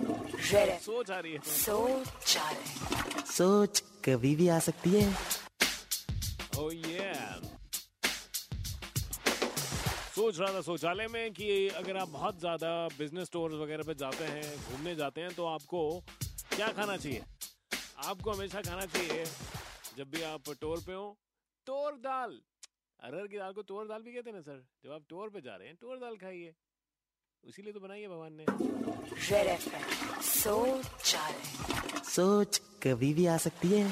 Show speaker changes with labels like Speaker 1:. Speaker 1: Where
Speaker 2: सोच आ रही है
Speaker 1: सोच आ रहे हैं।
Speaker 3: सोच कभी भी आ सकती है
Speaker 2: ओ ये सोच रहा था शौचालय में कि अगर आप बहुत ज्यादा बिजनेस स्टोर वगैरह पे जाते हैं घूमने जाते हैं तो आपको क्या खाना चाहिए आपको हमेशा खाना चाहिए जब भी आप टोर पे हो तोर दाल अरहर की दाल को तोर दाल भी कहते हैं ना सर जब आप टोर पे जा रहे हैं तोर दाल खाइए उसीलिए तो बनाई है भगवान ने
Speaker 1: रेड एफएम सोच आ रहे हैं।
Speaker 3: सोच कभी भी आ सकती है